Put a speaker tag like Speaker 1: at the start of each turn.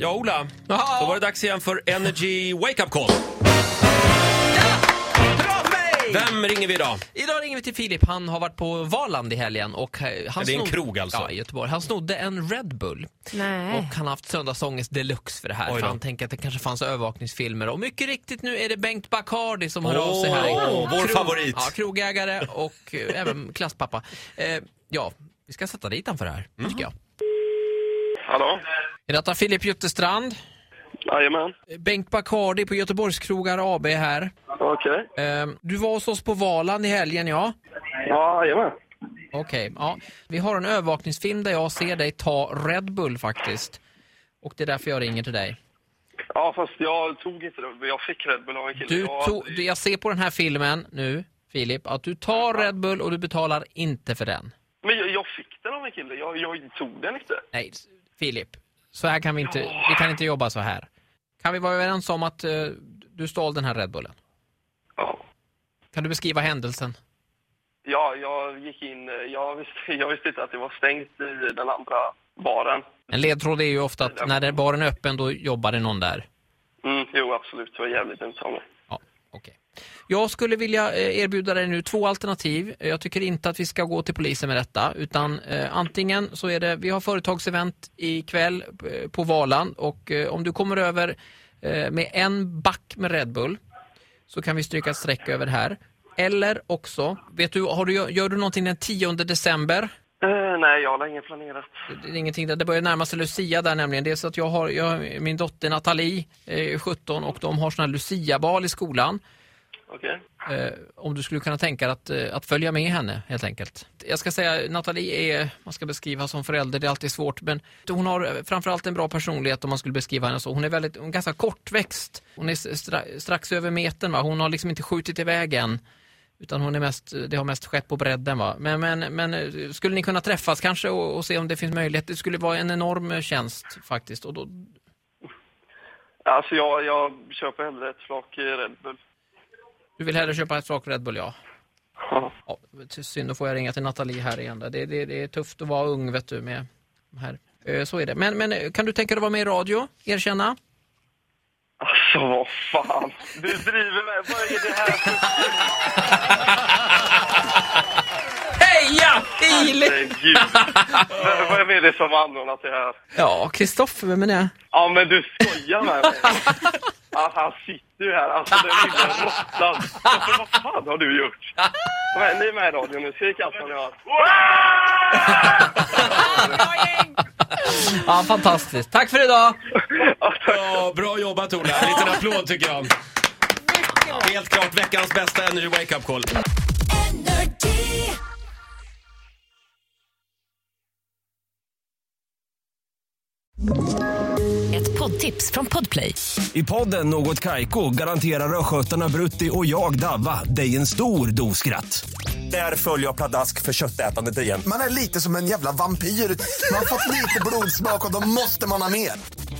Speaker 1: Ja, Ola. Då var det dags igen för Energy Wake Up Call.
Speaker 2: Bra för mig!
Speaker 1: Vem ringer vi idag?
Speaker 2: Idag ringer vi till Filip. Han har varit på Valand i helgen. Och eh, han
Speaker 1: Det är en
Speaker 2: snod-
Speaker 1: krog alltså?
Speaker 2: Ja, i Göteborg. Han snodde en Red Bull.
Speaker 3: Nej.
Speaker 2: Och han har haft söndagsångest deluxe för det här.
Speaker 1: Oj
Speaker 2: För
Speaker 1: då.
Speaker 2: han tänker att det kanske fanns övervakningsfilmer. Och mycket riktigt nu är det Bengt Bacardi som hör
Speaker 1: Åh,
Speaker 2: av sig här.
Speaker 1: vår favorit.
Speaker 2: Ja, krogägare och eh, även klasspappa. Eh, ja, vi ska sätta dit han för det här,
Speaker 1: Mm.
Speaker 2: tycker jag.
Speaker 4: Hallå?
Speaker 2: Är detta Filip Juttestrand?
Speaker 4: Jajamän.
Speaker 2: Eh, Bengt Bacardi på Göteborgskrogar AB här.
Speaker 4: Okej.
Speaker 2: Eh, du var hos oss på Valand i helgen, ja?
Speaker 4: Ja, jajamän.
Speaker 2: Okej, ja. Vi har en övervakningsfilm där jag ser dig ta Red Bull faktiskt. Och det är därför jag ringer till dig.
Speaker 4: Ja, fast jag tog inte det. Jag fick Red Bull av en kille.
Speaker 2: Du
Speaker 4: jag,
Speaker 2: tog, du- jag ser på den här filmen nu, Filip, att du tar Red Bull och du betalar inte för den.
Speaker 4: Men jag, jag fick den av en kille. Jag, jag tog den inte.
Speaker 2: Nej, s- Filip. Så här kan vi inte, vi kan inte jobba så här. Kan vi vara överens om att eh, du stal den här Red Bullen?
Speaker 4: Ja.
Speaker 2: Kan du beskriva händelsen?
Speaker 4: Ja, jag gick in. eh, Jag visste, jag visste inte att det var stängt i den andra baren.
Speaker 2: En ledtråd är ju ofta att när den baren är öppen då jobbar det någon där.
Speaker 4: Mm, jo, absolut. Det var jävligt dumt av mig.
Speaker 2: Ja, okej. Jag skulle vilja eh, erbjuda dig nu två alternativ. Eh, Jag tycker inte att vi ska gå till polisen med detta. Utan eh, antingen så är det, vi har företagsevent ikväll eh, på Valand och eh, om du kommer över eh, med en back med Red Bull så kan vi stryka ett streck över det här. Eller också, vet du, har du, gör du någonting den 10 december?
Speaker 4: Eh, nej, jag har länge planerat.
Speaker 2: Det är ingenting där. Det börjar närma sig Lucia där nämligen. Det är så att jag har, jag, har- min dotter Nathalie eh, är 17 och de har sån här Lucia-bal i skolan.
Speaker 4: Okej.
Speaker 2: Eh, om du skulle kunna tänka dig att, eh, att följa med henne helt enkelt. Jag ska säga, Nathalie är, man ska beskriva som förälder, det är alltid svårt, men hon har eh, framförallt en bra personlighet om man skulle beskriva henne så. Hon är väldigt, hon är ganska kortväxt. Hon är stra, strax över metern va, hon har liksom inte skjutit iväg än. Utan hon är mest, det har mest skett på bredden va. Men, men, men eh, skulle ni kunna träffas kanske och, och se om det finns möjlighet? Det skulle vara en enorm eh, tjänst faktiskt. Och då,
Speaker 4: Alltså, jag, jag köper hellre ett flak eh, Red Bull.
Speaker 2: du vill hellre köpa ett flak Red Bull ja?
Speaker 4: Ja.
Speaker 2: Ja, t- synd, då får jag ringa till Nathalie här igen. där. Det, det, det är tufft att vara ung, vet du, med de här. Eh, Så är det. Men, men eh, kan du tänka dig att vara med i radio? Erkänna?
Speaker 4: Alltså, vad fan. Du driver med. Vad är det här för
Speaker 2: Heja Filip!
Speaker 4: Herregud. Vem- Vem är det som har anordnat det här?
Speaker 2: Ja, Kristoffer, vem är det?
Speaker 4: Ja, men du skojar med mig. Ja, han sitter ju här. Alltså, den lilla råttan. Alltså, vad fan har du gjort? Kom igen, ni är med i radion nu. Skrik allt vad ni har.
Speaker 2: Ja, fantastiskt. Tack för idag!
Speaker 4: Ja, tack.
Speaker 1: Ja, bra jobbat Ola. En liten applåd tycker jag. Helt klart veckans bästa Energy Wake Up Call.
Speaker 5: Energy.
Speaker 6: Ett poddtips från Podplay.
Speaker 7: I podden Något Kaiko garanterar östgötarna Brutti och jag, Davva, dig en stor dos skratt. Där följer jag pladask för köttätandet igen.
Speaker 8: Man är lite som en jävla vampyr. Man har fått lite blodsmak och då måste man ha mer.